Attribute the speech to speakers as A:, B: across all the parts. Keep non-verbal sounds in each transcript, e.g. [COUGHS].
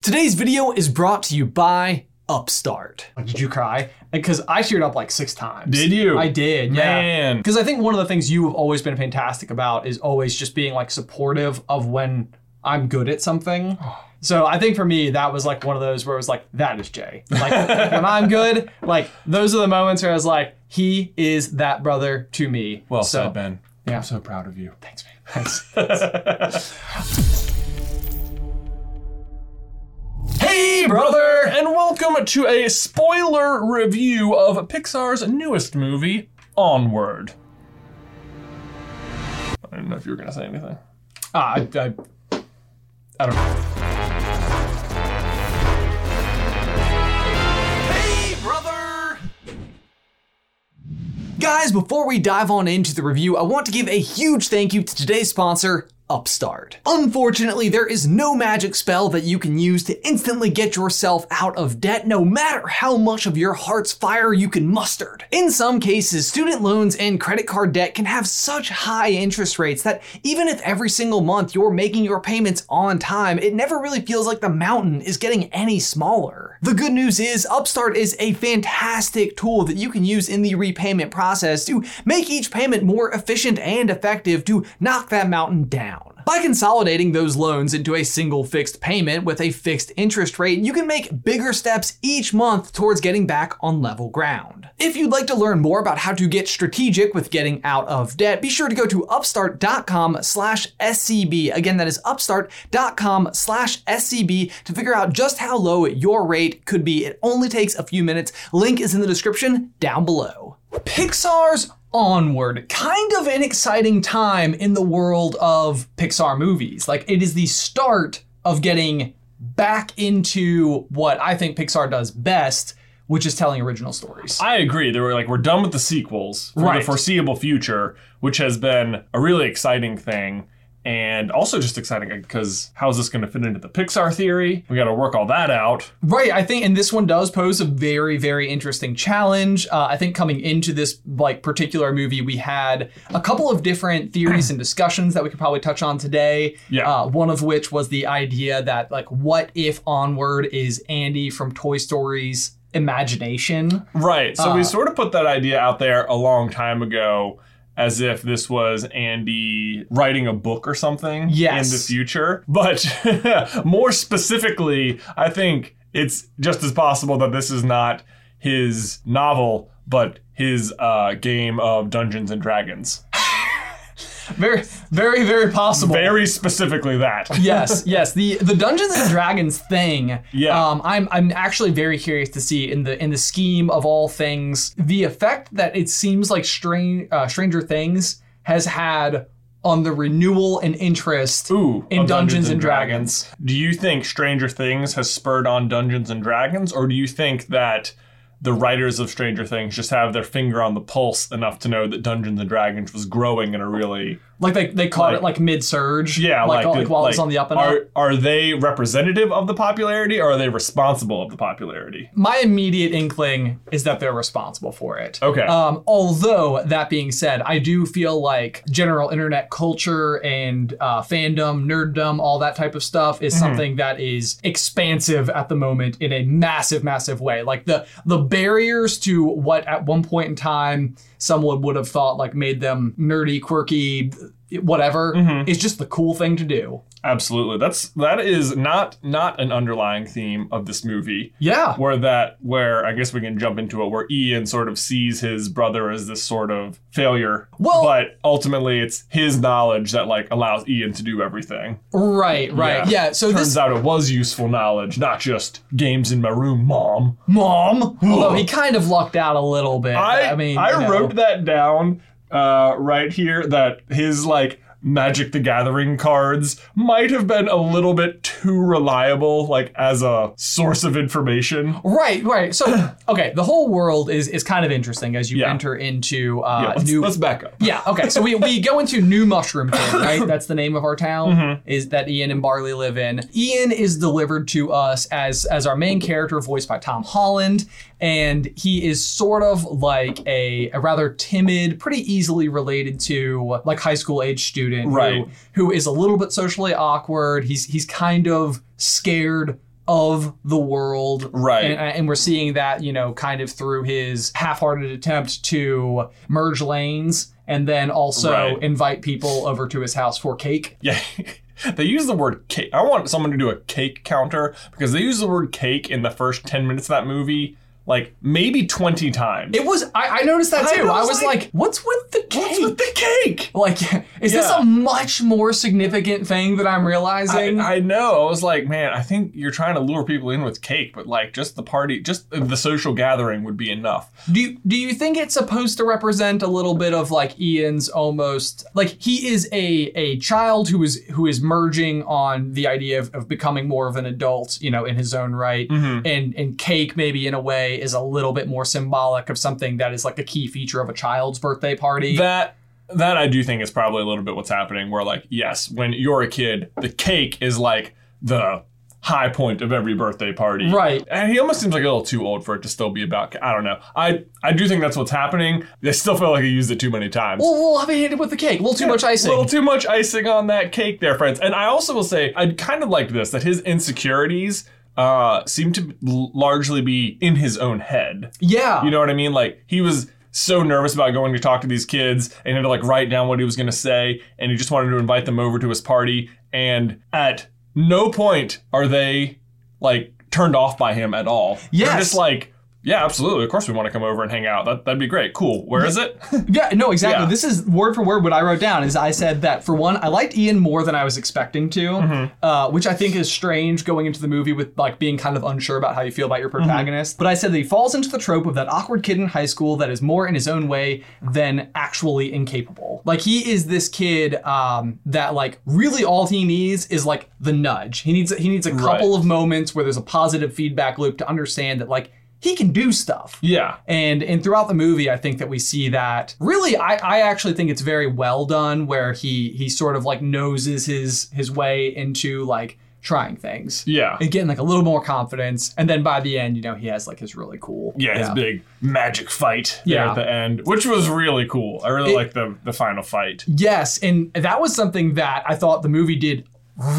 A: Today's video is brought to you by Upstart.
B: Oh, Did you cry? Because I teared up like six times.
C: Did you?
B: I did. Yeah.
C: Man.
B: Because I think one of the things you have always been fantastic about is always just being like supportive of when I'm good at
C: [SIGHS]
B: something. So I think for me that was like one of those where it was like that is Jay. Like [LAUGHS] when I'm good, like those are the moments where I was like he is that brother to me.
C: Well
B: so,
C: said, Ben.
B: Yeah.
C: I'm so proud of you. Thanks, [LAUGHS] man.
B: Thanks.
C: Hey, brother, and welcome to a spoiler review of Pixar's newest movie, Onward. I didn't know if you were going to say anything.
B: Ah, I, I, I don't know.
A: Guys, before we dive on into the review, I want to give a huge thank you to today's sponsor, Upstart. Unfortunately, there is no magic spell that you can use to instantly get yourself out of debt, no matter how much of your heart's fire you can muster. In some cases, student loans and credit card debt can have such high interest rates that even if every single month you're making your payments on time, it never really feels like the mountain is getting any smaller. The good news is Upstart is a fantastic tool that you can use in the repayment process to make each payment more efficient and effective to knock that mountain down. By consolidating those loans into a single fixed payment with a fixed interest rate, you can make bigger steps each month towards getting back on level ground. If you'd like to learn more about how to get strategic with getting out of debt, be sure to go to upstart.com slash SCB. Again, that is upstart.com slash SCB to figure out just how low your rate could be. It only takes a few minutes. Link is in the description down below.
B: Pixar's Onward, kind of an exciting time in the world of Pixar movies. Like, it is the start of getting back into what I think Pixar does best, which is telling original stories.
C: I agree. They were like, we're done with the sequels for
B: Right.
C: the foreseeable future, which has been a really exciting thing. And also just exciting because how's this going to fit into the Pixar theory? We got to work all that out.
B: Right, I think, and this one does pose a very, very interesting challenge. Uh, I think coming into this like particular movie, we had a couple of different theories and discussions that we could probably touch on today.
C: Yeah.
B: Uh, one of which was the idea that like, what if Onward is Andy from Toy Story's imagination?
C: Right. So
B: Uh,
C: we sort of put that idea out there a long time ago as if this was Andy writing a book or something
B: Yes.
C: in the future. But [LAUGHS] more specifically, I think it's just as possible that this is not his novel, but his uh, game of Dungeons and Dragons.
B: Very, very, very possible.
C: Very specifically that.
B: yes, yes. The the Dungeons and Dragons thing.
C: Yeah.
B: Um, I'm I'm actually very curious to see in the in the scheme of all things the effect that it seems like Strange uh, Stranger Things has had on the renewal and interest
C: [LAUGHS] Ooh,
B: in
C: of
B: Dungeons, and Dragons.
C: Do you think Stranger Things has spurred on Dungeons and Dragons, or do you think that the writers of Stranger Things just have their finger on the pulse enough to know that Dungeons and Dragons was growing in a really
B: Like they they caught it like mid surge.
C: yeah
B: like,
C: like,
B: like, while it was
C: like,
B: on the up and up.
C: are, Are they representative of the popularity, or are they responsible of the popularity?
B: my immediate inkling is that they're responsible for it.
C: Okay.
B: Um, although that being said, I do feel like general internet culture and uh, fandom, nerddom, all that type of stuff
C: Mm-hmm.
B: is something that is expansive at the moment in a massive, massive way. Like the the barriers to what at one point in time someone would have thought like made them nerdy, quirky, whatever
C: Mm-hmm.
B: is just the cool thing to do.
C: Absolutely. That's that is not not an underlying theme of this movie.
B: Yeah.
C: where that where I guess we can jump into it where Ian sort of sees his brother as this sort of failure.
B: Well-
C: but ultimately it's his knowledge that like allows Ian to do everything.
B: Right. Right. Yeah.
C: Yeah.
B: so
C: Turns
B: this
C: out it was useful knowledge, not just games in my room, mom.
B: mom. Although he kind of lucked out a little bit.
C: I I,
B: mean, you know.
C: wrote that down uh, right here that his like Magic the Gathering cards might have been a little bit too reliable, like as a source of information.
B: Right, right.
C: [COUGHS]
B: So, okay, the whole world is is kind of interesting as you
C: Yeah.
B: enter into uh,
C: Yeah, let's,
B: new.
C: let's back up.
B: yeah, okay. So we, we go into New
C: [COUGHS]
B: Mushroom Town, right? That's the name of our town
C: Mm-hmm.
B: is that Ian and Barley live in. Ian is delivered to us as as our main character, voiced by Tom Holland, and he is sort of like a, a rather timid, pretty easily related to like high school age student,
C: Right.
B: Who, who is a little bit socially awkward. He's he's kind of scared of the world.
C: Right.
B: And, Uh, and we're seeing that, you know, kind of through his half hearted attempt to merge lanes and then also
C: Right.
B: invite people over to his house for cake.
C: Yeah. [LAUGHS] They use the word cake. I want someone to do a cake counter because they use the word cake in the first 10 minutes of that movie, like maybe 20 times.
B: It was, I, I noticed that
C: I
B: too. I
C: was
B: was,
C: like,
B: like, what's with the cake?
C: What's with the cake?
B: Like, [LAUGHS] is this
C: Yeah.
B: a much more significant thing that I'm realizing?
C: I, I know. I was like, man, I think you're trying to lure people in with cake, but like just the party, just the social gathering would be enough.
B: do you, do you think it's supposed to represent a little bit of like Ian's almost like he is a a child who is who is merging on the idea of, of becoming more of an adult, you know, in his own right. And and cake maybe in a way is a little bit more symbolic of something that is like a key feature of a child's birthday party.
C: That that I do think is probably a little bit what's happening. Where like, yes, when you're a kid, the cake is like the high point of every birthday party.
B: Right.
C: And he almost seems like a little too old for it to still be about. ca- I don't know. I I do think that's what's happening. I still feel like I used it too many times.
B: well, we'll have it hit with the cake. A little too much icing.
C: A little too much icing on that cake there, friends. And I also will say, I kind of liked this that his insecurities uh, seem to l- largely be in his own head.
B: yeah.
C: You know what I mean? Like, he was so nervous about going to talk to these kids and he had to like write down what he was going to say and he just wanted to invite them over to his party. And at no point are they like turned off by him at all. They're
B: Yes.
C: just like, yeah, absolutely. Of course we want to come over and hang out. That, that'd be great. Cool. Where
B: [LAUGHS]
C: is it? [LAUGHS]
B: Yeah, no, exactly.
C: Yeah.
B: This is word for word what I wrote down. Is I said that for one, I liked Ian more than I was expecting to, uh, which I think is strange going into the movie with like being kind of unsure about how you feel about your protagonist. But I said that he falls into the trope of that awkward kid in high school that is more in his own way than actually incapable. Like he is this kid um, that like really all he needs is like the nudge. He needs he needs a couple of moments where there's a positive feedback loop to understand that like he can do stuff.
C: yeah.
B: And and throughout the movie, I think that we see that really I, I actually think it's very well done where he he sort of like noses his his way into like trying things.
C: Yeah.
B: And getting like a little more confidence. And then by the end, you know, he has like his really cool
C: yeah, his big magic fight there
B: Yeah.
C: at the end, which was really cool. I really
B: It-
C: like the the final fight.
B: Yes, and that was something that I thought the movie did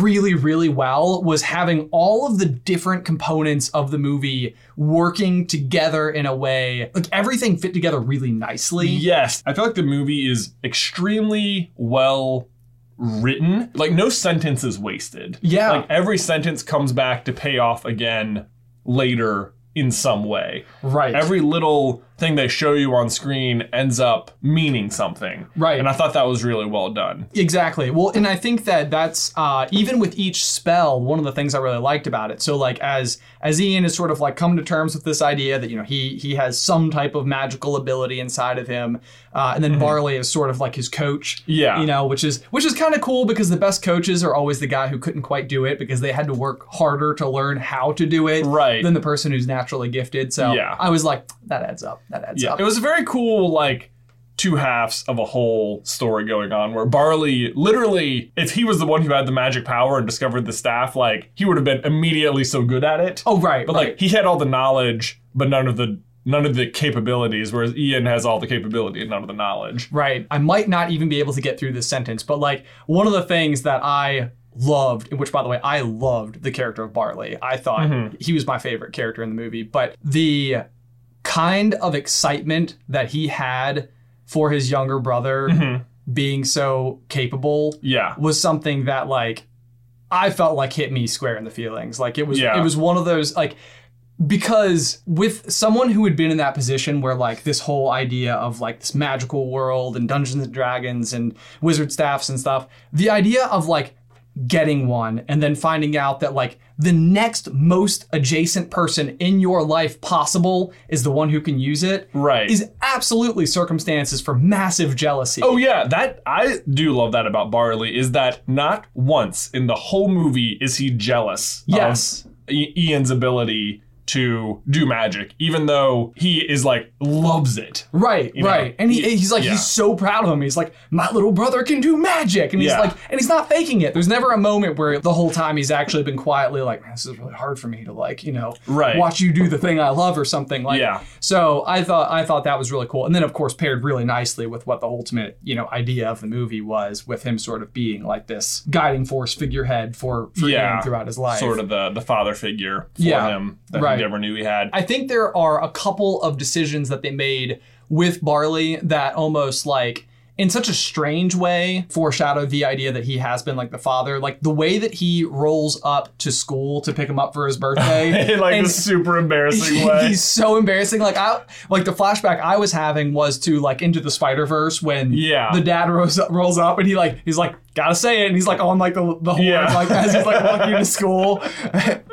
B: really really well was having all of the different components of the movie working together in a way like everything fit together really nicely.
C: Yes, I feel like the movie is extremely well written. Like no sentence is wasted.
B: Yeah.
C: like every sentence comes back to pay off again later in some way.
B: Right.
C: Every little thing they show you on screen ends up meaning something.
B: Right.
C: And I thought that was really well done.
B: Exactly. Well, and I think that that's uh, even with each spell, one of the things I really liked about it. So, like as as Ian is sort of like come to terms with this idea that you know he he has some type of magical ability inside of him, uh, and then Barley is sort of like his coach.
C: Mm-hmm. Yeah.
B: You know, which is which is kind of cool because the best coaches are always the guy who couldn't quite do it because they had to work harder to learn how to do it
C: Right.
B: than the person who's naturally gifted. So
C: Yeah.
B: I was like, that adds up. That adds
C: Yeah,
B: up.
C: it was a very cool like two halves of a whole story going on where Barley literally, if he was the one who had the magic power and discovered the staff, like he would have been immediately so good at it.
B: oh right.
C: but
B: right.
C: like he had all the knowledge, but none of the none of the capabilities, whereas Ian has all the capability and none of the knowledge.
B: Right. I might not even be able to get through this sentence, but like one of the things that I loved, which by the way, I loved the character of Barley. I thought he was my favorite character in the movie, but the kind of excitement that he had for his younger brother
C: Mm-hmm.
B: being so capable
C: Yeah.
B: was something that like I felt like hit me square in the feelings. Like it was
C: Yeah.
B: it was one of those like because with someone who had been in that position where like this whole idea of like this magical world and Dungeons and Dragons and wizard staffs and stuff, the idea of like getting one and then finding out that like the next most adjacent person in your life possible is the one who can use it
C: Right.
B: is absolutely circumstances for massive jealousy.
C: Oh yeah, that I do love that about Barley is that not once in the whole movie is he jealous
B: Yes.
C: of I- Ian's ability to do magic, even though he is like loves it.
B: Right,
C: know,
B: right. and he,
C: he-
B: he's like,
C: yeah.
B: he's so proud of him. He's like, my little brother can do magic. And he's
C: Yeah.
B: like, and he's not faking it. There's never a moment where the whole time he's actually been quietly like, man, this is really hard for me to like, you know,
C: Right.
B: watch you do the thing I love or something. Like,
C: Yeah.
B: so I thought, I thought that was really cool. And then of course paired really nicely with what the ultimate, you know, idea of the movie was with him sort of being like this guiding force figurehead for, for
C: Yeah.
B: him throughout his life.
C: Sort of the the father figure for
B: Yeah,
C: him that
B: right.
C: he never knew he had.
B: I think there are a couple of decisions that they made with Barley that almost like in such a strange way foreshadowed the idea that he has been like the father. Like the way that he rolls up to school to pick him up for his birthday.
C: [LAUGHS] in [LAUGHS] like
B: and-
C: this super
B: [LAUGHS]
C: embarrassing way.
B: He's so embarrassing. Like I like the flashback I was having was to like into the Spider Verse when
C: Yeah.
B: the dad rolls up, rolls up and he like he's like gotta say it and he's like on like the the horn
C: Yeah.
B: like as he's like walking to school [LAUGHS]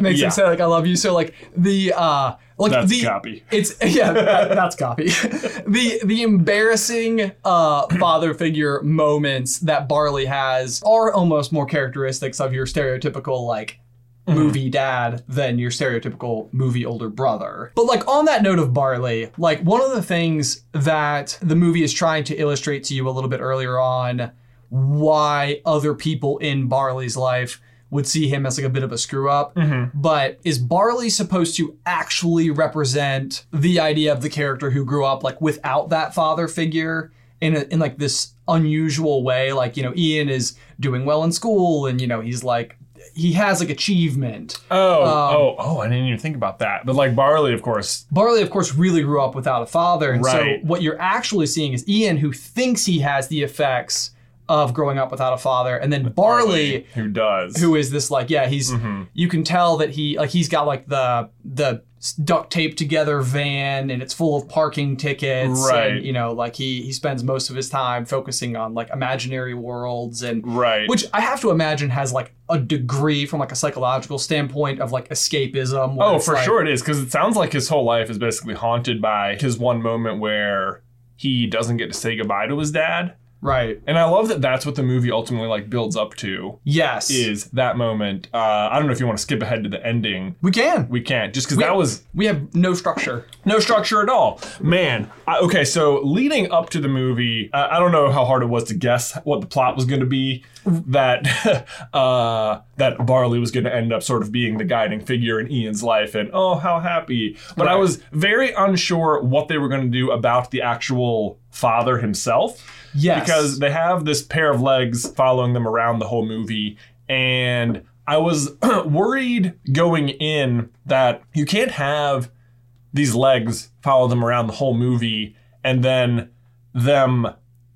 B: makes
C: Yeah.
B: him say like I love you. So like the uh like
C: That's
B: the
C: copy.
B: it's [LAUGHS] yeah, that, that's copy. [LAUGHS] the the embarrassing uh, father figure moments that Barley has are almost more characteristics of your stereotypical like movie dad than your stereotypical movie older brother. But like on that note of Barley, like one of the things that the movie is trying to illustrate to you a little bit earlier on why other people in Barley's life would see him as like a bit of a screw up. But is Barley supposed to actually represent the idea of the character who grew up like without that father figure in a, in like this unusual way? Like you know, Ian is doing well in school, and you know he's like he has like achievement.
C: Oh,
B: um,
C: oh, oh, I didn't even think about that. But like Barley, of course.
B: Barley, of course, really grew up without a father. And
C: Right.
B: so what you're actually seeing is Ian, who thinks he has the effects of growing up without a father, and then Barley,
C: who does.
B: who is this like, yeah, he's
C: Mm-hmm.
B: you can tell that he like he's got like the the duct taped together van and it's full of parking tickets.
C: Right.
B: And, you know, like he he spends most of his time focusing on like imaginary worlds and
C: Right.
B: which I have to imagine has like a degree from like a psychological standpoint of like escapism. where
C: Oh,
B: it's
C: for
B: like-
C: sure it is, because it sounds like his whole life is basically haunted by his one moment where he doesn't get to say goodbye to his dad.
B: Right.
C: And I love that that's what the movie ultimately like builds up to
B: Yes.
C: is that moment. Uh, I don't know if you want to skip ahead to the ending.
B: We can.
C: We can't just because that was
B: We have no structure.
C: no structure at all. Man, I, okay, so leading up to the movie, I, I don't know how hard it was to guess what the plot was going to be. That [LAUGHS] uh, that Barley was going to end up sort of being the guiding figure in Ian's life, and oh, how happy! But I
B: Right.
C: was very unsure what they were going to do about the actual father himself.
B: Yes.
C: Because they have this pair of legs following them around the whole movie. And I was [CLEARS THROAT] worried going in that you can't have these legs follow them around the whole movie and then them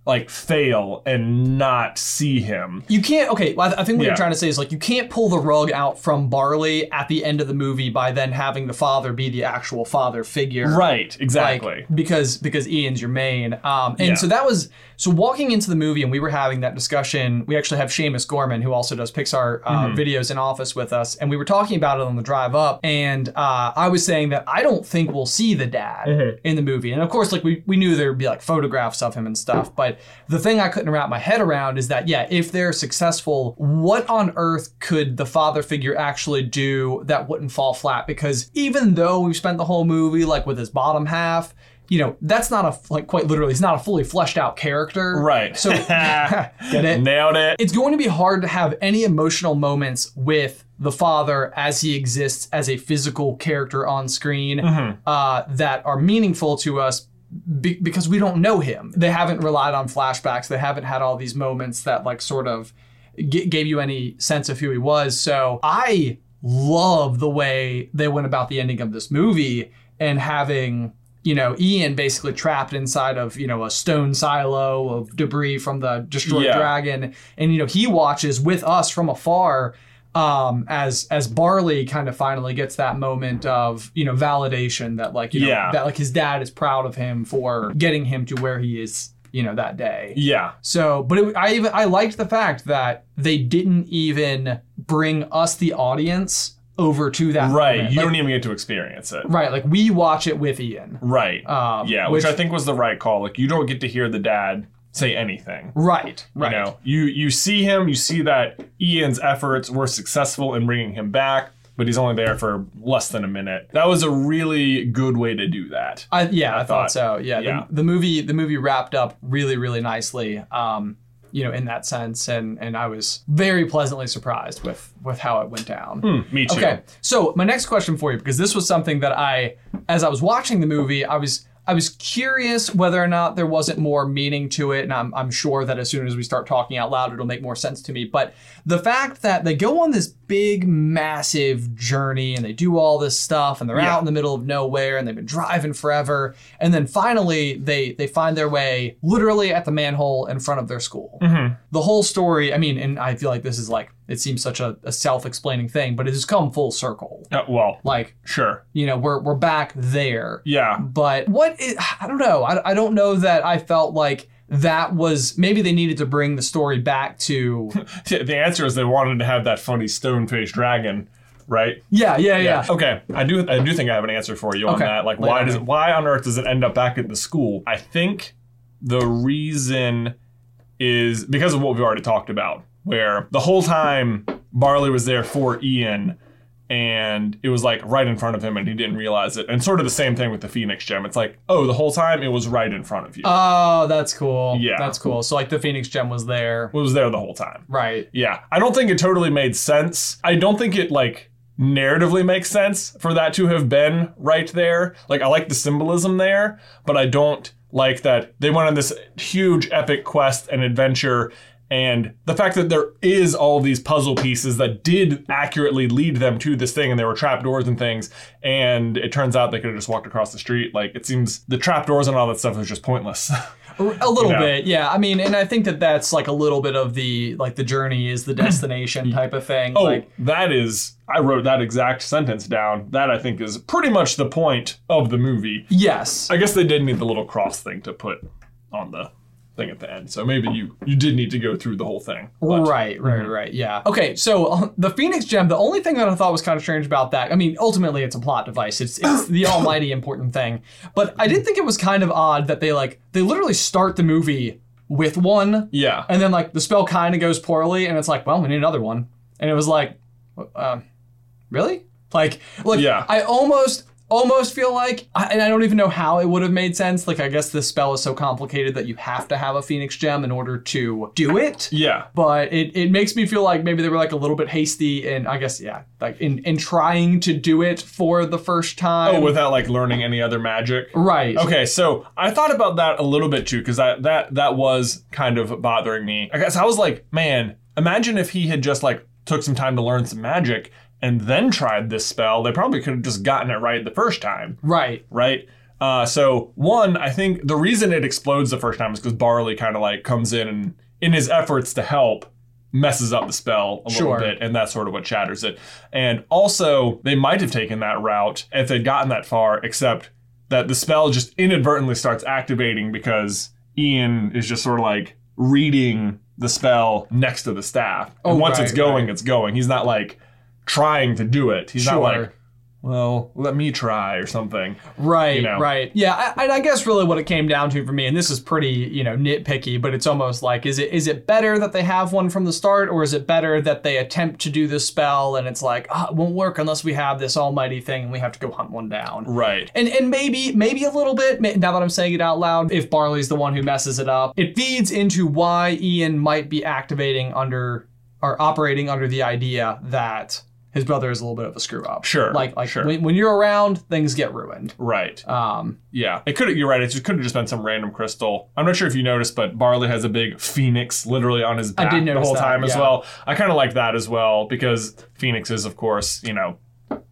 C: like fail and not see him.
B: you can't. Okay. well, I, th- I think what
C: Yeah.
B: you're trying to say is like you can't pull the rug out from Barley at the end of the movie by then having the father be the actual father figure.
C: Right,
B: Like,
C: exactly.
B: because because Ian's your main. Um, and
C: Yeah.
B: so that was so walking into the movie, and we were having that discussion. We actually have Seamus Gorman, who also does Pixar uh,
C: Mm-hmm.
B: videos in office with us, and we were talking about it on the drive up. And uh, I was saying that I don't think we'll see the dad
C: Mm-hmm.
B: in the movie, and of course, like we we knew there'd be like photographs of him and stuff. But the thing I couldn't wrap my head around is that yeah, if they're successful, what on earth could the father figure actually do that wouldn't fall flat? Because even though we've spent the whole movie like with his bottom half you know, that's not a like quite literally, he's not a fully fleshed out character.
C: right. [LAUGHS]
B: So get it?
C: Nailed it.
B: It's going to be hard to have any emotional moments with the father as he exists as a physical character on screen uh, that are meaningful to us be- because we don't know him. They haven't relied on flashbacks. They haven't had all these moments that like sort of g- gave you any sense of who he was. So I love the way they went about the ending of this movie and having you know Ian basically trapped inside of you know a stone silo of debris from the destroyed
C: Yeah.
B: dragon, and you know he watches with us from afar. Um, as as Barley kind of finally gets that moment of you know validation that like you know
C: Yeah.
B: that like his dad is proud of him for getting him to where he is you know that day.
C: Yeah.
B: So, but it, I even I liked the fact that they didn't even bring us the audience over to that.
C: Right.
B: moment.
C: You
B: Like-
C: don't even get to experience it.
B: right. Like we watch it with Ian.
C: Right.
B: Um,
C: yeah, which,
B: which-
C: I think was the right call. Like you don't get to hear the dad say anything.
B: Right.
C: You
B: Right.
C: know, you you see him, you see that Ian's efforts were successful in bringing him back. but he's only there for less than a minute. That was a really good way to do that.
B: I, yeah, I, thought,
C: thought-
B: so. Yeah, the-
C: yeah.
B: The, movie the movie wrapped up really really nicely. Um, you know, in that sense, and and I was very pleasantly surprised with with how it went down.
C: Me too.
B: Okay, so my next question for you, because this was something that I, as I was watching the movie, I was I was curious whether or not there wasn't more meaning to it, and I'm I'm sure that as soon as we start talking out loud, it'll make more sense to me. But the fact that they go on this big, massive journey and they do all this stuff, and they're
C: Yeah.
B: out in the middle of nowhere, and they've been driving forever, and then finally they they find their way literally at the manhole in front of their school
C: Mm-hmm.
B: the whole story i mean and i feel like this is like it seems such a, a self-explaining thing but it has come full circle
C: Uh, well,
B: like
C: sure.
B: you know we're, we're back there
C: Yeah. [LAUGHS]
B: but what is, i don't know I, I don't know that i felt like that was maybe they needed to bring the story back
C: [LAUGHS]
B: to
C: The answer is they wanted to have that funny stone faced dragon, right?
B: yeah yeah yeah
C: Okay. I do. I do think I have an answer for you on
B: Okay.
C: that. Like,
B: Lay it
C: why
B: on
C: does
B: me.
C: it, why on earth does it end up back at the school? I think the reason is because of what we've already talked about, where the whole time Barley was there for Ian. And it was like right in front of him, and he didn't realize it. And sort of the same thing with the Phoenix Gem. It's like, oh, the whole time it was right in front of you.
B: oh that's cool
C: Yeah.
B: that's cool so like the phoenix gem was there
C: it was there the whole time.
B: right
C: Yeah, I don't think it totally made sense. I don't think it like narratively makes sense for that to have been right there. Like I like the symbolism there, but I don't like that they went on this huge epic quest and adventure and the fact that there is all these puzzle pieces that did accurately lead them to this thing and there were trapdoors and things and it turns out they could have just walked across the street like it seems the trapdoors and all that stuff was just pointless [LAUGHS]
B: A little
C: know?
B: bit, yeah. I mean, and I think that that's like a little bit of the like the journey is
C: [CLEARS THROAT]
B: the destination type of thing.
C: Oh,
B: like,
C: that is. I wrote that exact sentence down. That I think is pretty much the point of the movie.
B: yes,
C: I guess they did need the little cross thing to put on the thing at the end. So maybe you you did need to go through the whole thing. But
B: Right, right, right. Yeah. mm-hmm. Okay, so uh, the Phoenix Gem, the only thing that I thought was kind of strange about that, I mean, ultimately it's a plot device. It's it's [LAUGHS] the almighty important thing. But I did think it was kind of odd that they like they literally start the movie with one
C: Yeah.
B: and then like the spell kind of goes poorly and it's like, well, we need another one. And it was like um really? Like like
C: Yeah.
B: I almost almost feel like I- and I don't even know how it would have made sense. Like I guess this spell is so complicated that you have to have a Phoenix Gem in order to do it
C: Yeah.
B: but it, it makes me feel like maybe they were like a little bit hasty and I guess yeah like in in trying to do it for the first time.
C: Oh, without like learning any other magic.
B: right.
C: Okay, so I thought about that a little bit too, because that that that was kind of bothering me. I guess I was like, man, imagine if he had just like took some time to learn some magic and then tried this spell. They probably could have just gotten it right the first time.
B: Right.
C: right? Uh, so one, I think the reason it explodes the first time is because Barley kind of like comes in and in his efforts to help messes up the spell a
B: Sure.
C: little bit, and that's sort of what shatters it. And also, they might have taken that route if they'd gotten that far, except that the spell just inadvertently starts activating because Ian is just sort of like reading the spell next to the staff.
B: Oh,
C: and once
B: right,
C: it's going, it's going. He's not like trying to do it. He's
B: Sure.
C: not like, well, let me try or something.
B: right.
C: you know.
B: Right. Yeah. I, and I guess really what it came down to for me, and this is pretty you know nitpicky, but it's almost like is it is it better that they have one from the start, or is it better that they attempt to do this spell and it's like ah, it won't work unless we have this almighty thing and we have to go hunt one down.
C: Right.
B: And and maybe maybe a little bit ma- now that I'm saying it out loud. If Barley's the one who messes it up, it feeds into why Ian might be activating under or operating under the idea that his brother is a little bit of a screw up.
C: Sure,
B: like like
C: sure.
B: when, when you're around, things get ruined.
C: Right.
B: Um,
C: Yeah. It could. You're right. It just could have just been some random crystal. I'm not sure if you noticed, but Barley has a big phoenix literally on his back
B: did
C: the
B: notice
C: whole
B: that,
C: time as
B: yeah.
C: well. I kind of like that as well because phoenixes, of course, you know,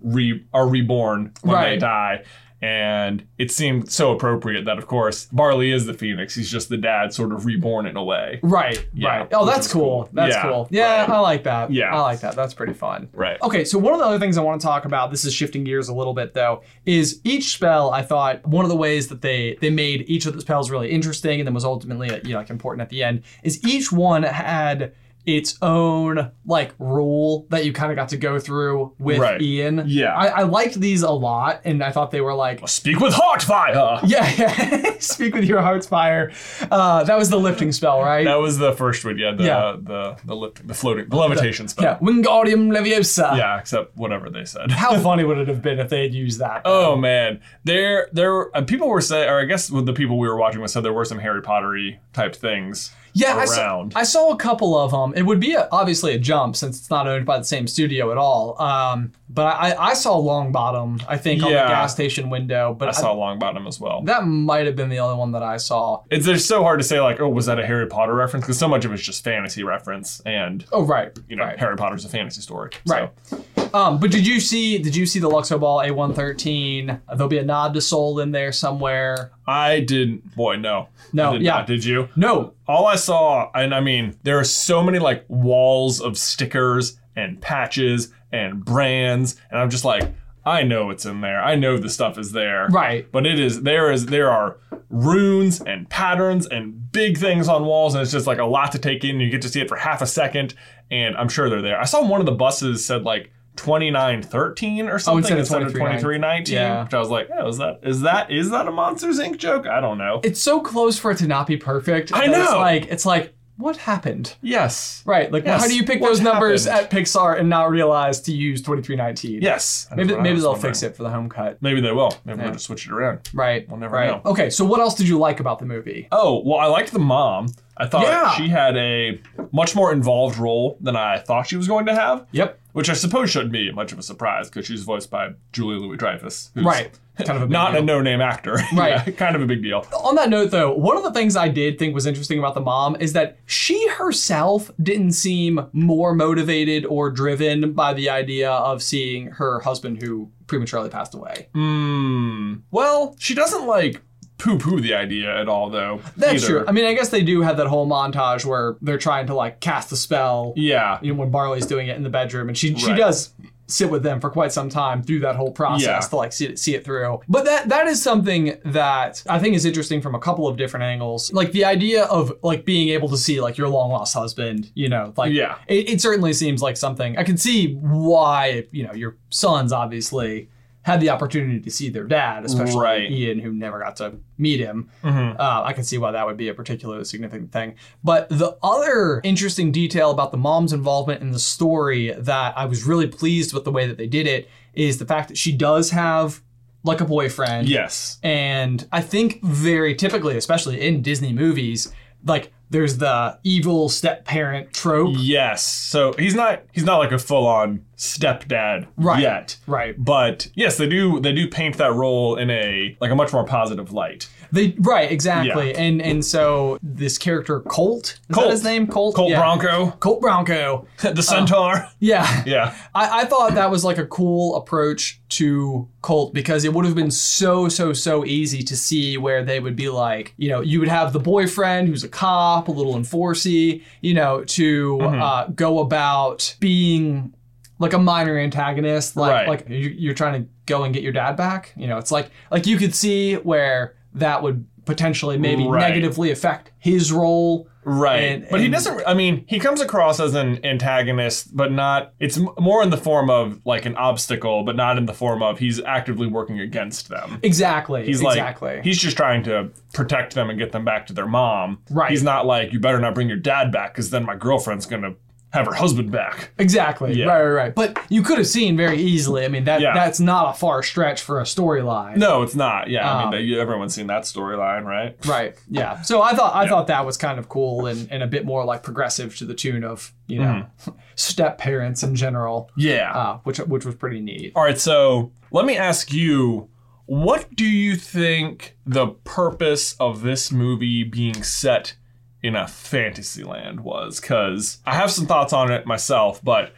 C: re are reborn when they
B: Right.
C: die. And it seemed so appropriate that, of course, Barley is the phoenix. He's just the dad, sort of reborn in a way.
B: right,
C: Yeah,
B: right. Oh,
C: which
B: that's
C: is
B: cool.
C: cool.
B: That's
C: Yeah,
B: cool. Yeah,
C: right.
B: I like that.
C: Yeah.
B: I like that. That's pretty fun.
C: Right.
B: Okay, so one of the other things I want to talk about, this is shifting gears a little bit though, is each spell I thought one of the ways that they they made uh, each of the spells really interesting and then was ultimately you know like important at the end is each one had its own like rule that you kind of got to go through with
C: Right.
B: Ian.
C: Yeah.
B: I, I liked these a lot, and I thought they were like
C: Speak with heart fire.
B: yeah, yeah. [LAUGHS] Speak with your heart's fire. Uh, that was the lifting spell, right?
C: That was the first one. Yeah, the
B: Yeah.
C: the the lift, the floating, the levitation spell.
B: Yeah, Wingardium Leviosa.
C: Yeah, except whatever they said.
B: How funny would it have been if they had used that?
C: Oh man, there there uh, people were saying, or I guess with the people we were watching with said there were some Harry Pottery type things.
B: yeah, I saw,
C: around.
B: I saw a couple of them. It would be a, obviously a jump since it's not owned by the same studio at all. Um, but I, I saw Longbottom, I think, on the
C: Yeah.
B: gas station window. But
C: I saw Longbottom as well.
B: that might have been the only one that I saw.
C: It's just so hard to say like, oh, was that a Harry Potter reference? Because so much of it's just fantasy reference, and
B: Oh right,
C: you know,
B: right.
C: Harry Potter's a fantasy story. So.
B: Right. Um, but did you see? Did you see the Luxo Ball A113? There'll be a nod to Soul in there somewhere.
C: I didn't. Boy, no.
B: No,
C: I did
B: yeah.
C: not, did you?
B: No,
C: All I saw, and I mean, there are so many like walls of stickers and patches and brands, and I'm just like, I know it's in there. I know the stuff is there.
B: Right.
C: But it is there is there are runes and patterns and big things on walls, and it's just like a lot to take in. You get to see it for half a second, and I'm sure they're there. I saw one of the buses said like 2913
B: Oh,
C: or something
B: instead of
C: 2319,
B: Yeah.
C: which I was like, yeah, is that is that is that a Monsters Inc. joke? I don't know.
B: it's so close for it to not be perfect.
C: I
B: that It's
C: know.
B: like it's like what happened?
C: yes.
B: Right. Like
C: Yes,
B: how do you pick
C: what
B: those numbers
C: happened?
B: at Pixar and not realize to use 2319?
C: Yes. That's
B: Maybe
C: what I
B: maybe
C: was
B: they'll
C: wondering.
B: fix it for the home cut.
C: Maybe they will. Maybe
B: Yeah.
C: they'll just switch it around.
B: Right.
C: We'll never
B: right.
C: know.
B: Okay, so what else did you like about the movie?
C: Oh, well, I liked the mom. I thought
B: Yeah.
C: she had a much more involved role than I thought she was going to have.
B: Yep.
C: Which I suppose shouldn't be much of a surprise because she's voiced by Julie Louis Dreyfus.
B: Right. [LAUGHS] Kind of a big
C: Not
B: deal.
C: a no name actor.
B: Right.
C: [LAUGHS] Yeah, kind of a big deal.
B: On that note, though, one of the things I did think was interesting about the mom is that she herself didn't seem more motivated or driven by the idea of seeing her husband who prematurely passed away.
C: Mm, well, she doesn't like poo poo the idea at all, though.
B: That's
C: either.
B: true. I mean, I guess they do have that whole montage where they're trying to like cast a spell.
C: Yeah.
B: You know, when Barley's doing it in the bedroom, and she she
C: Right.
B: does sit with them for quite some time through that whole process
C: Yeah.
B: to like see it see it through. But that that is something that I think is interesting from a couple of different angles. Like the idea of like being able to see like your long lost husband. You know, like
C: Yeah.
B: it, it certainly seems like something I can see why you know your sons obviously. Had the opportunity to see their dad, especially
C: Right.
B: Ian, who never got to meet him.
C: Mhm.
B: Uh, I can see why that would be a particularly significant thing. But the other interesting detail about the mom's involvement in the story that I was really pleased with the way that they did it is the fact that she does have like a boyfriend.
C: Yes.
B: And I think very typically, especially in Disney movies, like there's the evil step parent trope.
C: Yes. So he's not he's not like a full on stepdad
B: Right.
C: yet.
B: Right.
C: but yes they do they do paint that role in a like a much more positive light
B: They right, exactly. And and so this character Colt, is that
C: Colt.
B: his name? Colt.
C: colt
B: Yeah. Oh.
C: bronco [LAUGHS]
B: Colt Bronco.
C: the centaur
B: Yeah.
C: yeah
B: I, I thought that was like a cool approach to Colt because it would have been so, so, so easy to see where they would be like, you know, you would have the boyfriend who's a cop, a little enforcy, you know, to
C: Mm-hmm.
B: uh, go about being like a minor antagonist, like
C: Right.
B: like you- you're trying to go and get your dad back. You know, it's like like you could see where that would potentially maybe
C: Right.
B: negatively affect his role.
C: right
B: And-
C: but he
B: and-
C: doesn't i mean he comes across as an antagonist but not it's m- more in the form of like an obstacle but not in the form of he's actively working against them
B: Exactly.
C: he's like
B: exactly.
C: he's just trying to protect them and get them back to their mom
B: Right.
C: he's not like you better not bring your dad back because then my girlfriend's gonna have her husband back
B: Exactly.
C: Yeah.
B: Right, right, right. But you could have seen very easily. I mean, that
C: Yeah.
B: that's not a far stretch for a storyline.
C: no it's not yeah i
B: Um,
C: mean they, everyone's seen that storyline right
B: Right. Yeah. So I thought I thought that was kind of cool and, and a bit more like progressive to the tune of you know
C: Mm-hmm.
B: step parents in general,
C: yeah
B: uh, which which was pretty neat.
C: All right, so let me ask you what do you think the purpose of this movie being set in a fantasy land was? Because I have some thoughts on it myself, but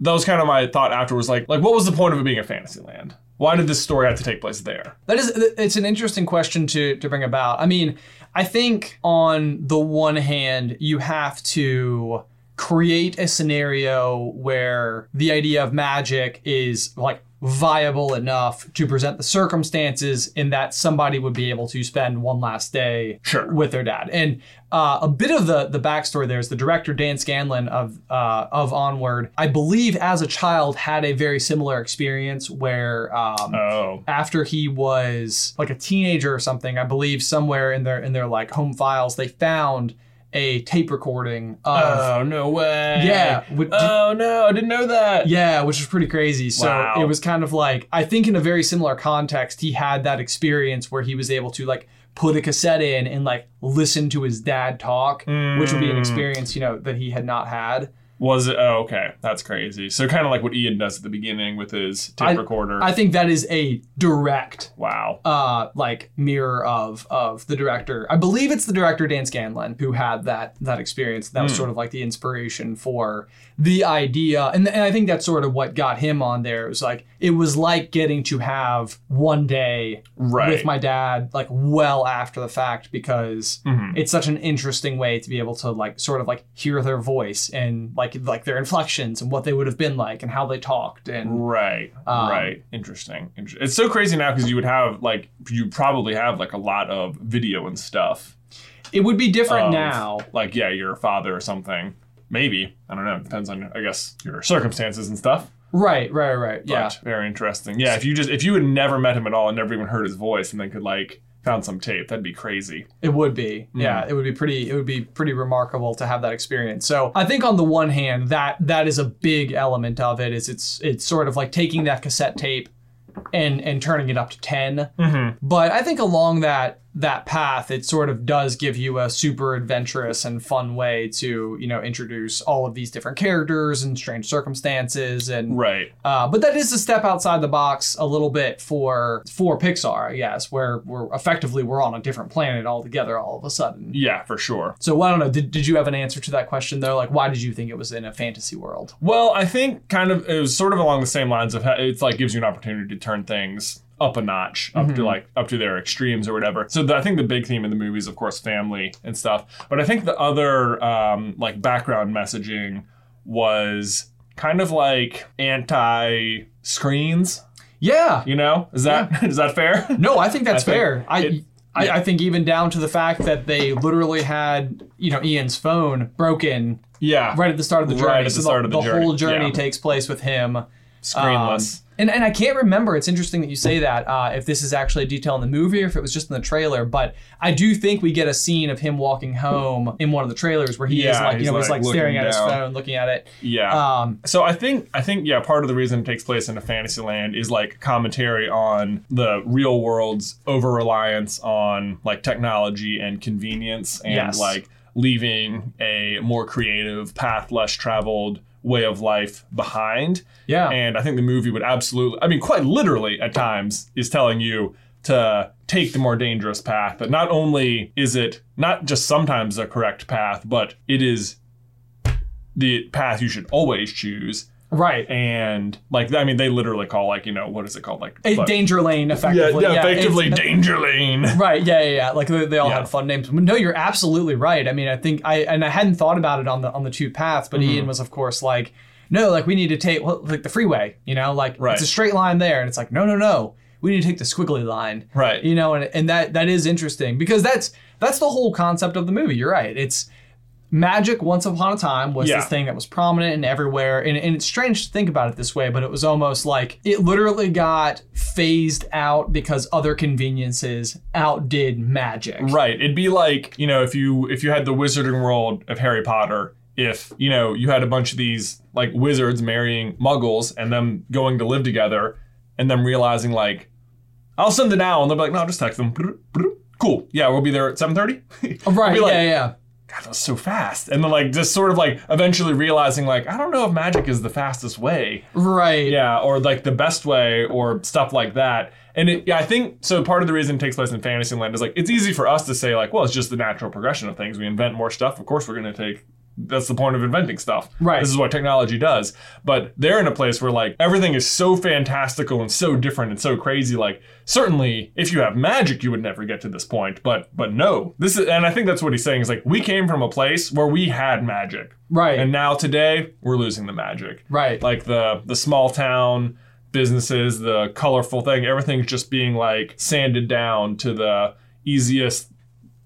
C: that was kind of my thought afterwards. Like, like what was the point of it being a fantasy land? Why did this story have to take place there?
B: That is, it's an interesting question to to bring about. I mean, I think on the one hand, you have to create a scenario where the idea of magic is like viable enough to present the circumstances in that somebody would be able to spend one last day
C: Sure.
B: with their dad. And uh, a bit of the the backstory there is the director Dan Scanlon of uh, of Onward, I believe, as a child had a very similar experience where. Um,
C: Oh.
B: after he was like a teenager or something, I believe somewhere in their in their like home files, they found a tape recording of
C: Oh, no way.
B: yeah, would-
C: oh no, I didn't know that.
B: yeah, which is pretty crazy. So
C: Wow.
B: it was kind of like I think in a very similar context, he had that experience where he was able to like put a cassette in and like listen to his dad talk, which would be an
C: Mm.
B: experience you know that he had not had.
C: Was it? Oh, okay. That's crazy. So kind of like what Ian does at the beginning with his tape
B: I-
C: recorder.
B: I think that is a direct
C: wow.
B: uh like mirror of of the director. I believe it's the director Dan Scanlon who had that that experience. That was sort of like the inspiration for the idea, and, and I think that's sort of what got him on there. It was like it was like getting to have one day
C: Right.
B: with my dad, like well after the fact, because
C: Mhm.
B: it's such an interesting way to be able to like sort of like hear their voice and like like their inflections and what they would have been like and how they talked and
C: Right.
B: Um,
C: right. Interesting. Inter- It's so crazy now because you would have like you probably have like a lot of video and stuff.
B: it would be different
C: of,
B: now.
C: Like yeah, your father or something. Maybe I don't know. Depends on I guess your circumstances and stuff.
B: Right, right, right.
C: But
B: Yeah.
C: Very interesting. Yeah. If you just if you had never met him at all and never even heard his voice and then could like found some tape, that'd be crazy.
B: It would be. Yeah, it would be pretty it would be pretty remarkable to have that experience. So, I think on the one hand, that that is a big element of it is it's it's sort of like taking that cassette tape and and turning it up to 10.
C: Mhm.
B: But I think along that that path, it sort of does give you a super adventurous and fun way to, you know, introduce all of these different characters and strange circumstances and
C: Right.
B: uh, but that is a step outside the box a little bit for for Pixar, I guess, where we're effectively we're on a different planet altogether all of a sudden.
C: Yeah. For sure.
B: So I don't know. Did, did you have an answer to that question though? Like, why did you think it was in a fantasy world?
C: Well, I think kind of it was sort of along the same lines of how it's like gives you an opportunity to turn things up a notch, up
B: Mhm.
C: to like up to their extremes or whatever. So the, I think the big theme in the movie is of course family and stuff, but I think the other um, like background messaging was kind of like anti screens.
B: Yeah.
C: You know, is that [LAUGHS] is
B: [LAUGHS]
C: that fair?
B: No, I think that's
C: I think
B: fair. I.
C: it-
B: I, I think even down to the fact that they literally had, you know, Ian's phone broken
C: yeah,
B: right at the start of the journey.
C: Right at the
B: So
C: start of the journey,
B: whole journey
C: yeah.
B: takes place with him.
C: screenless.
B: Um, and, and I can't remember. It's interesting that you say that. Uh, if this is actually a detail in the movie or if it was just in the trailer, but I do think we get a scene of him walking home in one of the trailers where he is
C: Yeah,
B: like, you
C: he's
B: know, he's
C: like
B: like staring
C: looking
B: at his
C: down.
B: phone, looking at it.
C: yeah.
B: Um,
C: So I think I think yeah, part of the reason it takes place in a fantasy land is like commentary on the real world's over reliance on like technology and convenience and
B: Yes.
C: like leaving a more creative path less traveled way of life behind.
B: yeah.
C: And I think the movie would absolutely I mean quite literally at times is telling you to take the more dangerous path. That not only is it not just sometimes the correct path, but it is the path you should always choose
B: right.
C: and like I mean they literally call like you know what is it called like
B: A
C: fuck-
B: danger lane,
C: yeah,
B: effectively.
C: yeah, effectively
B: it's-
C: danger lane [LAUGHS]
B: Right, yeah, yeah, yeah. Like they, they all
C: Yeah.
B: had fun names. No, you're absolutely right. I mean, I think I and I hadn't thought about it on the on the two paths, but
C: Mm-hmm.
B: Ian was of course like, no, like we need to take well, like the freeway, you know, like
C: Right.
B: it's a straight line there, and it's like, no, no, no, we need to take the squiggly line,
C: Right.
B: You know, and and that that is interesting because that's that's the whole concept of the movie. You're right. It's magic once upon a time was
C: Yeah.
B: this thing that was prominent and everywhere and, and it's strange to think about it this way but it was almost like it literally got phased out because other conveniences outdid magic
C: right it'd be like you know if you if you had the wizarding world of Harry Potter if you know you had a bunch of these like wizards marrying muggles and them going to live together and them realizing like I'll send it now and they'll be like no just text them cool yeah we'll be there at 7:30
B: Oh,
C: [LAUGHS]
B: right
C: Be like,
B: yeah yeah
C: God, that was so fast and then like just sort of like eventually realizing like I don't know if magic is the fastest way
B: right
C: Yeah, or like the best way, or stuff like that. And it, yeah, I think so. Part of the reason it takes place in Fantasyland is like it's easy for us to say like, well, it's just the natural progression of things. We invent more stuff. Of course, we're going to take. That's the point of inventing stuff.
B: Right.
C: This is what technology does. But they're in a place where like everything is so fantastical and so different and so crazy. Like certainly, if you have magic, you would never get to this point. But but no, this is, and I think that's what he's saying is like we came from a place where we had magic,
B: right
C: and now today we're losing the magic
B: right
C: like the the small town businesses, the colorful thing, everything's just being like sanded down to the easiest,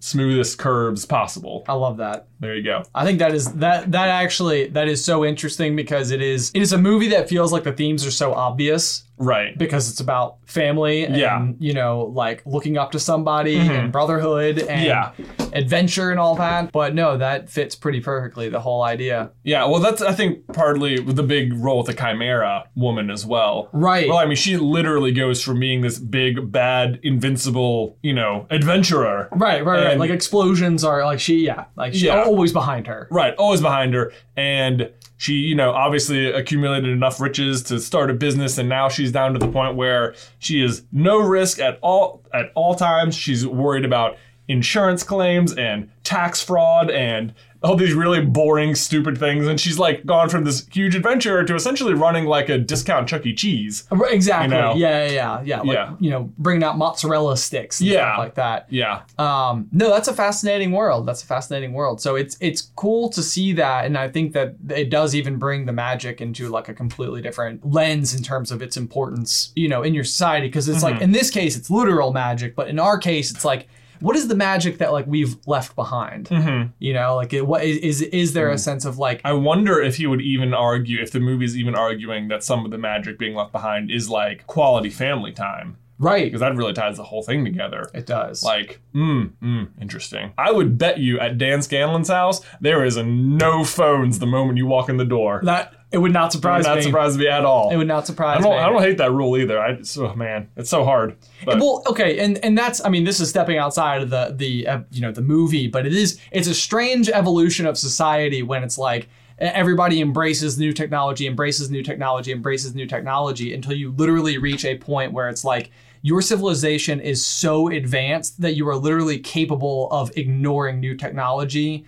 C: smoothest curves possible.
B: I love that.
C: There you go.
B: I think that is that that actually that is so interesting because it is it is a movie that feels like the themes are so obvious
C: Right.
B: because it's about family and
C: Yeah. Mm-hmm.
B: you know like looking up to somebody and brotherhood and
C: Yeah.
B: adventure and all that. But no, that fits pretty perfectly the whole idea.
C: Yeah, well, that's I think partly the big role with the Chimera woman as well.
B: Right.
C: Well, I mean, she literally goes from being this big, bad, invincible, you know, adventurer,
B: Right, right, right.
C: And-
B: Like explosions are like she, yeah, like she
C: Yeah.
B: always behind her.
C: right, always behind her, and she, you know, obviously accumulated enough riches to start a business, and now she's down to the point where she is no risk at all at all times. She's worried about insurance claims and tax fraud and all these really boring, stupid things, and she's like gone from this huge adventurer to essentially running like a discount Chuck E. Cheese.
B: Right, Exactly.
C: You know?
B: Yeah, yeah, yeah, yeah. Like,
C: Yeah.
B: you know, bringing out mozzarella sticks and
C: Yeah.
B: stuff like that.
C: Yeah.
B: Um, no, that's a fascinating world. That's a fascinating world. So it's it's cool to see that, and I think that it does even bring the magic into like a completely different lens in terms of its importance, you know, in your society. Because it's
C: Mm-hmm.
B: like in this case, it's literal magic, but in our case, it's like what is the magic that like we've left behind?
C: Mm-hmm.
B: You know, like it, what is is there a sense of like
C: I wonder if he would even argue, if the movie's even arguing that some of the magic being left behind is like quality family time,
B: right?
C: because that really ties the whole thing together.
B: It does.
C: Like, mm, mm, interesting. I would bet you at Dan Scanlon's house, there is a no phones the moment you walk in the door.
B: that it would not
C: That
B: surprise
C: would not
B: me.
C: surprise me at all.
B: It would not
C: I
B: surprise
C: don't,
B: me.
C: I don't hate that rule either. I just, oh, man, it's so hard. But
B: well, okay, and and that's I mean this is stepping outside of the the uh, you know the movie, but it is it's a strange evolution of society when it's like e, everybody embraces new technology, embraces new technology, embraces new technology until you literally reach a point where it's like your civilization is so advanced that you are literally capable of ignoring new technology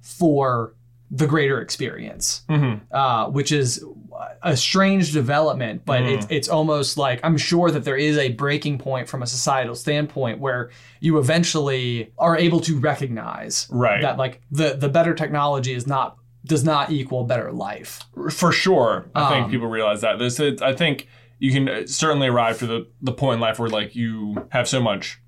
B: for the greater experience
C: Mm-hmm.
B: uh, which is a strange development, but
C: Mm.
B: it's, it's almost like I'm sure that there is a breaking point from a societal standpoint where you eventually are able to recognize
C: Right.
B: that like the the better technology is not does not equal better life.
C: for sure i
B: Um,
C: think people realize that this is, i think you can uh, certainly arrive to the, the point in life where like you have so much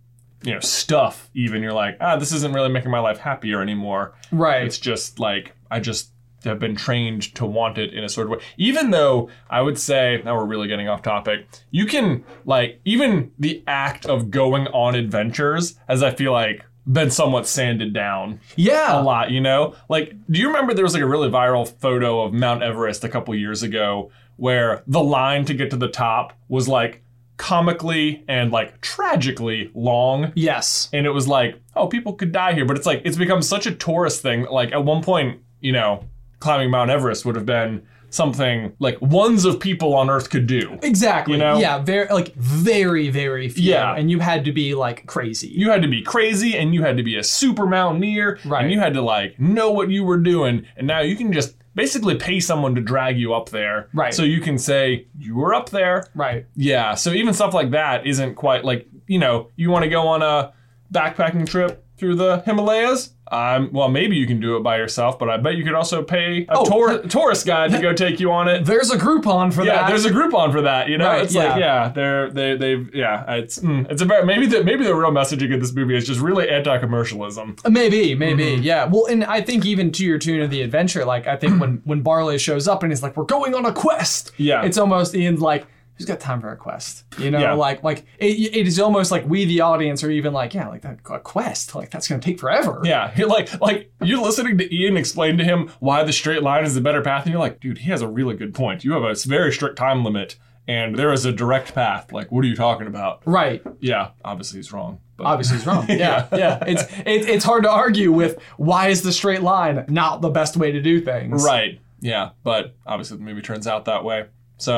C: you know stuff even you're like ah this isn't really making my life happier anymore
B: Right.
C: it's just like i just have been trained to want it in a sort of way even though i would say now we're really getting off topic you can like even the act of going on adventures as i feel like been somewhat sanded down
B: yeah.
C: a lot, you know? Like, do you remember there was like a really viral photo of Mount Everest a couple years ago where the line to get to the top was like comically and like tragically long?
B: Yes.
C: And it was like, oh, people could die here. But it's like, it's become such a tourist thing. that, Like, at one point, you know, climbing Mount Everest would have been something like ones of people on Earth could do.
B: Exactly.
C: You know?
B: Yeah. Very like very very few.
C: Yeah.
B: And you had to be like crazy.
C: you had to be crazy and you had to be a super mountaineer
B: Right.
C: and you had to like know what you were doing and now you can just basically pay someone to drag you up there
B: Right.
C: so you can say you were up there
B: right.
C: yeah so even stuff like that isn't quite like you know you want to go on a backpacking trip through the himalayas um, well maybe you can do it by yourself but i bet you could also pay a
B: Oh.
C: tour- tourist guide to
B: [LAUGHS]
C: go take you on it
B: There's a Groupon for
C: yeah,
B: that.
C: there's a Groupon for that. You know,
B: Right,
C: it's
B: yeah.
C: like yeah, they're they they've yeah, it's mm, it's about maybe the maybe the real messaging of this movie is just really anti-commercialism.
B: Maybe, maybe,
C: Mm-hmm.
B: yeah. Well, and I think even to your tune of the adventure, like I think
C: [CLEARS THROAT]
B: when when Barley shows up and he's like, "We're going on a quest,"
C: Yeah.
B: it's almost Ian's like, "Who's got time for a quest?" You know,
C: Yeah.
B: like like it, it is almost like we the audience are even like, "Yeah, like that a quest, like that's gonna take forever."
C: Yeah, you're like like you're listening to Ian explain to him why the straight line is the better path, and you're like, dude, he has a really good point. You have a very strict time limit, and there is a direct path. Like, what are you talking about?
B: Right.
C: Yeah, obviously he's wrong. But
B: Obviously, he's
C: [LAUGHS]
B: wrong. Yeah, yeah. It's it, it's hard to argue with why is the straight line not the best way to do things.
C: right, yeah, but obviously the movie turns out that way. So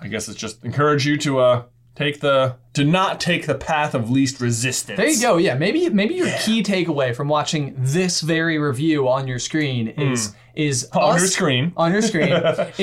C: I guess it's just encourage you to uh take the to not take the path of least resistance.
B: There you go. Yeah, maybe maybe your key takeaway from watching this very review on your screen is is
C: on
B: us-
C: your screen.
B: on your
C: [LAUGHS]
B: screen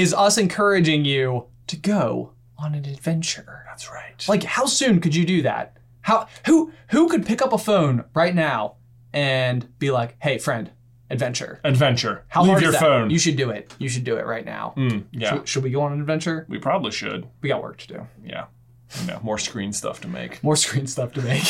B: is us encouraging you to go on an adventure.
C: That's right.
B: Like how soon could you do that? How who who could pick up a phone right now and be like, "Hey friend, adventure.
C: Adventure.
B: How
C: Leave
B: hard
C: your
B: is that?
C: phone.
B: You should do it. You should do it right now.
C: Mm, yeah.
B: Should, should we go on an adventure?
C: we probably should.
B: We got work to do.
C: Yeah. No, more screen stuff to make.
B: More screen stuff to make.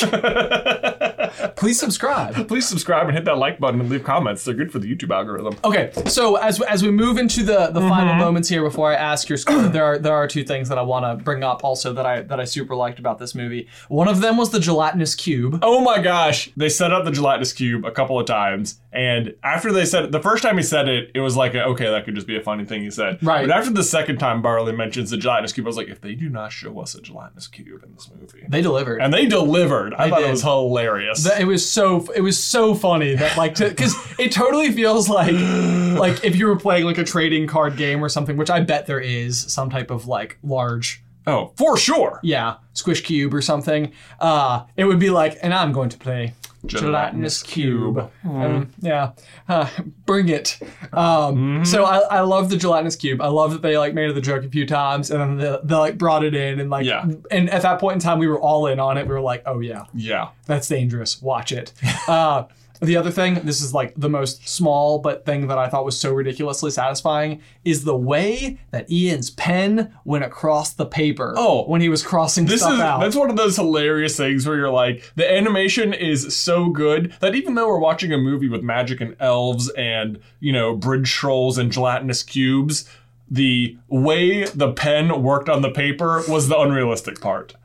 C: [LAUGHS]
B: Please subscribe.
C: Please subscribe and hit that like button and leave comments. They're good for the YouTube algorithm.
B: Okay, so as as we move into the, the final moments here, before I ask your score, there are there are two things that I want to bring up also that I that I super liked about this movie. One of them was the gelatinous cube.
C: Oh my gosh, they set up the gelatinous cube a couple of times, and after they said it, the first time he said it, it was like, a, okay, that could just be a funny thing he said.
B: Right.
C: But after the second time Barley mentions the gelatinous cube, I was like, if they do not show us a gelatinous cube in this movie,
B: They delivered.
C: and they delivered. I
B: They
C: thought
B: did.
C: it was hilarious.
B: That- it was so it was so funny that like because it totally feels like like if you were playing like a trading card game or something, which I bet there is some type of like large
C: oh, for sure.
B: yeah squish cube or something. Uh, it would be like, and I'm going to play
C: Gelatinous
B: gelatinous cube. Um, yeah, Uh, bring it. Um, So I, I love the gelatinous cube. I love that they like made it the joke a few times, and then they, they like brought it in and like
C: Yeah.
B: and at that point in time we were all in on it. We were like, oh yeah,
C: Yeah.
B: that's dangerous. Watch it. [LAUGHS] Uh, the other thing, this is like the most small but thing that I thought was so ridiculously satisfying, is the way that Ian's pen went across the paper.
C: Oh.
B: when he was crossing
C: This
B: stuff
C: is
B: out.
C: that's one of those hilarious things where you're like, the animation is so good that even though we're watching a movie with magic and elves and you know bridge trolls and gelatinous cubes, the way the pen worked on the paper was the unrealistic part.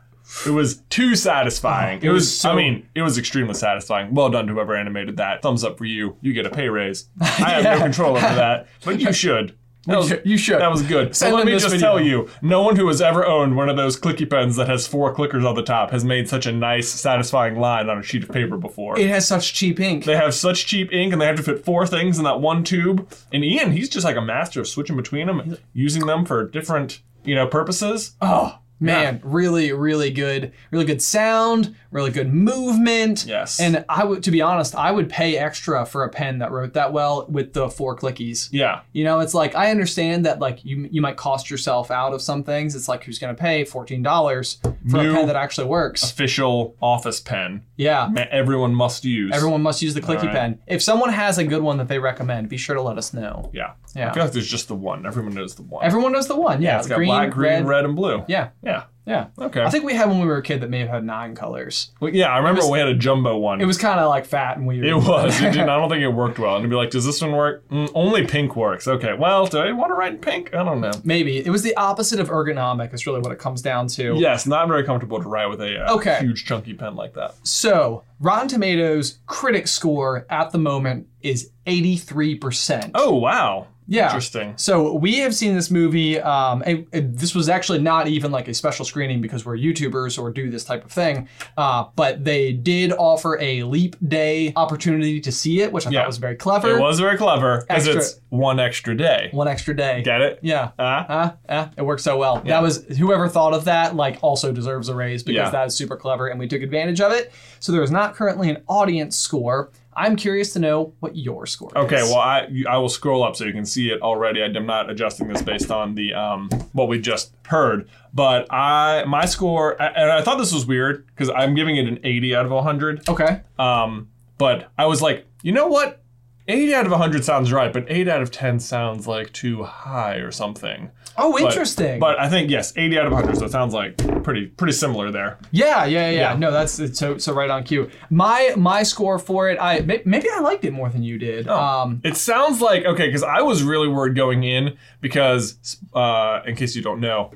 C: It was too satisfying. it, was,
B: was so-
C: I mean, it was extremely satisfying. Well done to whoever animated that. Thumbs up for you. You get a
B: [LAUGHS]
C: pay raise. I have no control over that, but you should. That was-
B: You should- you should.
C: That was good. So
B: Send
C: let
B: them
C: me
B: this
C: just
B: video.
C: tell you, no one who has ever owned one of those clicky pens that has four clickers on the top has made such a nice, satisfying line on a sheet of paper before.
B: it has such cheap ink.
C: they have such cheap ink, and they have to fit four things in that one tube. And Ian, he's just like a master of switching between them, using them for different, you know, purposes.
B: Oh man, really, really good, really good sound, really good movement.
C: Yes.
B: And I would, to be honest, I would pay extra for a pen that wrote that well with the four clickies.
C: Yeah,
B: You know, it's like I understand that like you you might cost yourself out of some things. It's like who's gonna pay fourteen dollars for
C: New-
B: a pen that actually works?
C: official office pen.
B: Yeah.
C: Ma- Everyone must use.
B: Everyone must use the clicky
C: Alright.
B: pen. If someone has a good one that they recommend, be sure to let us know.
C: Yeah.
B: Yeah.
C: I feel like there's just the one. Everyone knows the one.
B: Everyone knows the one. Yeah,
C: it's got black, green, red, and blue.
B: Yeah,
C: Yeah.
B: yeah.
C: Okay.
B: I think we had when we were a kid that may have had nine colors.
C: Well, yeah, I remember
B: was-
C: we had a jumbo one.
B: It was kind of like fat and [LAUGHS] weird.
C: It was. It didn't, I don't think it worked well. And to be like, does this one work? Mm, only pink works. Okay. Well, do I want to write in pink? I don't know.
B: Maybe it was the opposite of ergonomic. Is really what it comes down to.
C: Yes, not very comfortable to write with a uh,
B: Okay.
C: huge chunky pen like that.
B: So Rotten Tomatoes critic score at the moment is eighty three percent.
C: Oh wow.
B: Yeah.
C: Interesting.
B: So we have seen this movie. Um, a- a- this was actually not even like a special screening because we're YouTubers or do this type of thing. Uh, but they did offer a leap day opportunity to see it, which I
C: Yeah.
B: thought was very clever.
C: It was very clever because
B: Extra-
C: it's one extra day.
B: one extra day.
C: Get it? Ah,
B: Yeah.
C: Huh?
B: Uh, uh, it worked so well. That was whoever thought of that like also deserves a raise because
C: Yeah.
B: that is super clever and we took advantage of it. So there is not currently an audience score. I'm curious to know what your score is.
C: Okay, well, I you- I will scroll up so you can see it already. I am not adjusting this based on the um what we just heard, but I my score a- and I thought this was weird because I'm giving it an 80 out of 100.
B: okay.
C: Um, but I was like, you know what? Eight out of 100 sounds right, but eight out of 10 sounds like too high or something.
B: Oh,
C: But-
B: interesting.
C: But, I think yes, 80 out of 100. So it sounds like pretty pretty similar there.
B: Yeah, yeah, yeah,
C: Yeah.
B: No, that's it's so so right on cue. My my score for it, I may- maybe I liked it more than you did.
C: Oh.
B: Um,
C: It sounds like okay because I was really worried going in because uh, in case you don't know,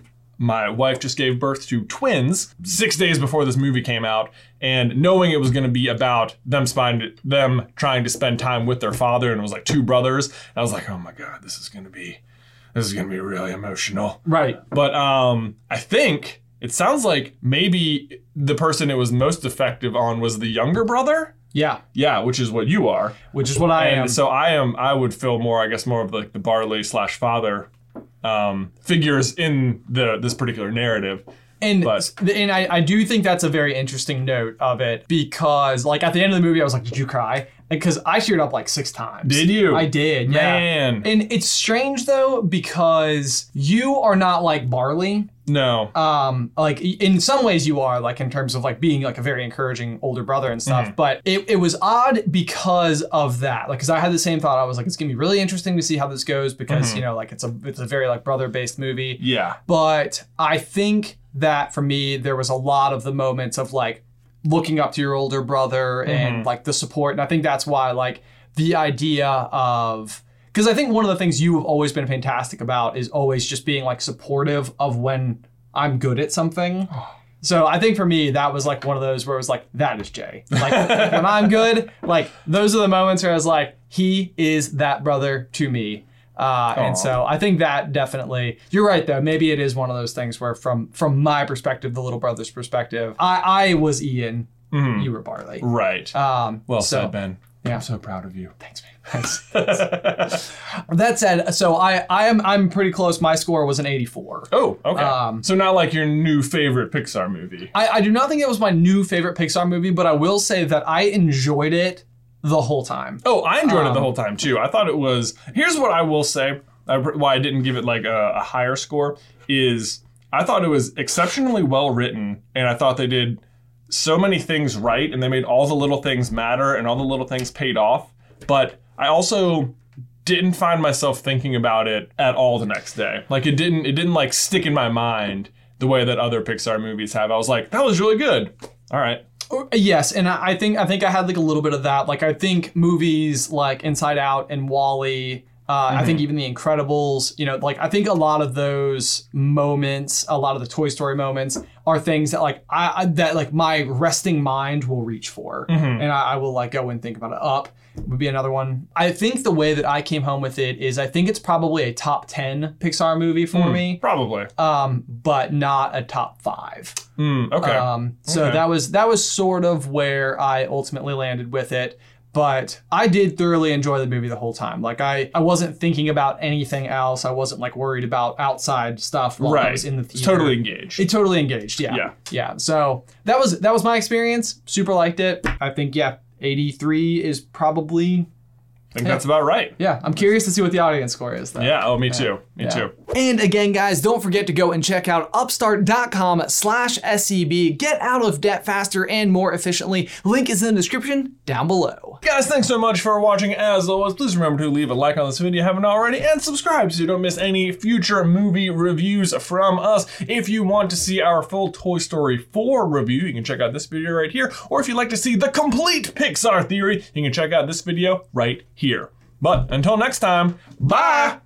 C: my wife just gave birth to twins six days before this movie came out, and knowing it was going to be about them spend, them trying to spend time with their father, and it was like two brothers, I was like, oh my god, this is going to be this is going to be really emotional.
B: right.
C: But um, I think it sounds like maybe the person it was most effective on was the younger brother.
B: Yeah,
C: Yeah, which is what you are.
B: which is what I
C: And
B: am.
C: so I am. I would feel more. I guess more of like the Barley slash father um, figures in the this particular narrative.
B: and
C: but-
B: and I, I do think that's a very interesting note of it because like at the end of the movie, I was like, did you cry? Because I teared up like six times.
C: Did you?
B: I did. Yeah.
C: Man.
B: And it's strange though because you are not like Barley.
C: No.
B: um like in some ways you are like in terms of like being like a very encouraging older brother and stuff but it, it was odd because of that like because i had the same thought i was like it's gonna be really interesting to see how this goes because you know like it's a it's a very like brother based movie
C: yeah.
B: but i think that for me there was a lot of the moments of like looking up to your older brother and like the support and i think that's why like the idea of because i think one of the things you have always been fantastic about is always just being like supportive of when i'm good at something so i think for me that was like one of those where it was like that is jay like [LAUGHS] when i'm good like those are the moments where i was like he is that brother to me uh,
C: Aw.
B: and so I think that definitely you're right though. Maybe it is one of those things where from from my perspective, the little brother's perspective, I I was Ian,
C: Mhm.
B: you were Barley.
C: Right.
B: Um,
C: Well
B: so,
C: said, Ben.
B: yeah.
C: I'm so proud of you.
B: Thanks, man. Thanks. [LAUGHS] that said, so I I am I'm pretty close. My score was an 84.
C: oh, okay.
B: Um,
C: so not like your new favorite Pixar movie.
B: I, I do not think it was my new favorite Pixar movie, but I will say that I enjoyed it the whole time.
C: Oh, I enjoyed it
B: Um,
C: the whole time too. I thought it was. Here's what I will say. I, why I didn't give it like a, a higher score is I thought it was exceptionally well written, and I thought they did so many things right, and they made all the little things matter, and all the little things paid off. But I also didn't find myself thinking about it at all the next day. Like it didn't. It didn't like stick in my mind the way that other Pixar movies have. I was like, that was really good. All right.
B: Yes, and I I think I think I had like a little bit of that. Like I think movies like Inside Out and Wally. Uh, I think even The Incredibles, you know, like I think a lot of those moments, a lot of the Toy Story moments, are things that like I, I that like my resting mind will reach for, and I, I will like go and think about it. Up would be another one. I think the way that I came home with it is I think it's probably a top ten Pixar movie for me,
C: Probably.
B: um, but not a top five.
C: Mm, okay.
B: Um, so
C: Okay.
B: that was that was sort of where I ultimately landed with it. But I did thoroughly enjoy the movie the whole time. Like I, I wasn't thinking about anything else. I wasn't like worried about outside stuff while I
C: right.
B: was in the
C: It's
B: theater.
C: totally engaged.
B: It totally engaged. Yeah.
C: Yeah.
B: So that was that was my experience. Super liked it. I think yeah, 83 is probably
C: I think that's about right.
B: yeah. I'm curious to see what the audience score is though.
C: Yeah. Oh, me too. Me
B: Yeah.
C: too.
A: And again, guys, don't forget to go and check out upstart.com slash SEB. Get out of debt faster and more efficiently. Link is in the description down below.
C: Guys, thanks so much for watching. As always, please remember to leave a like on this video if you haven't already and subscribe so you don't miss any future movie reviews from us. If you want to see our full Toy Story 4 review, you can check out this video right here. Or if you'd like to see the complete Pixar theory, you can check out this video right here. But until next time, bye!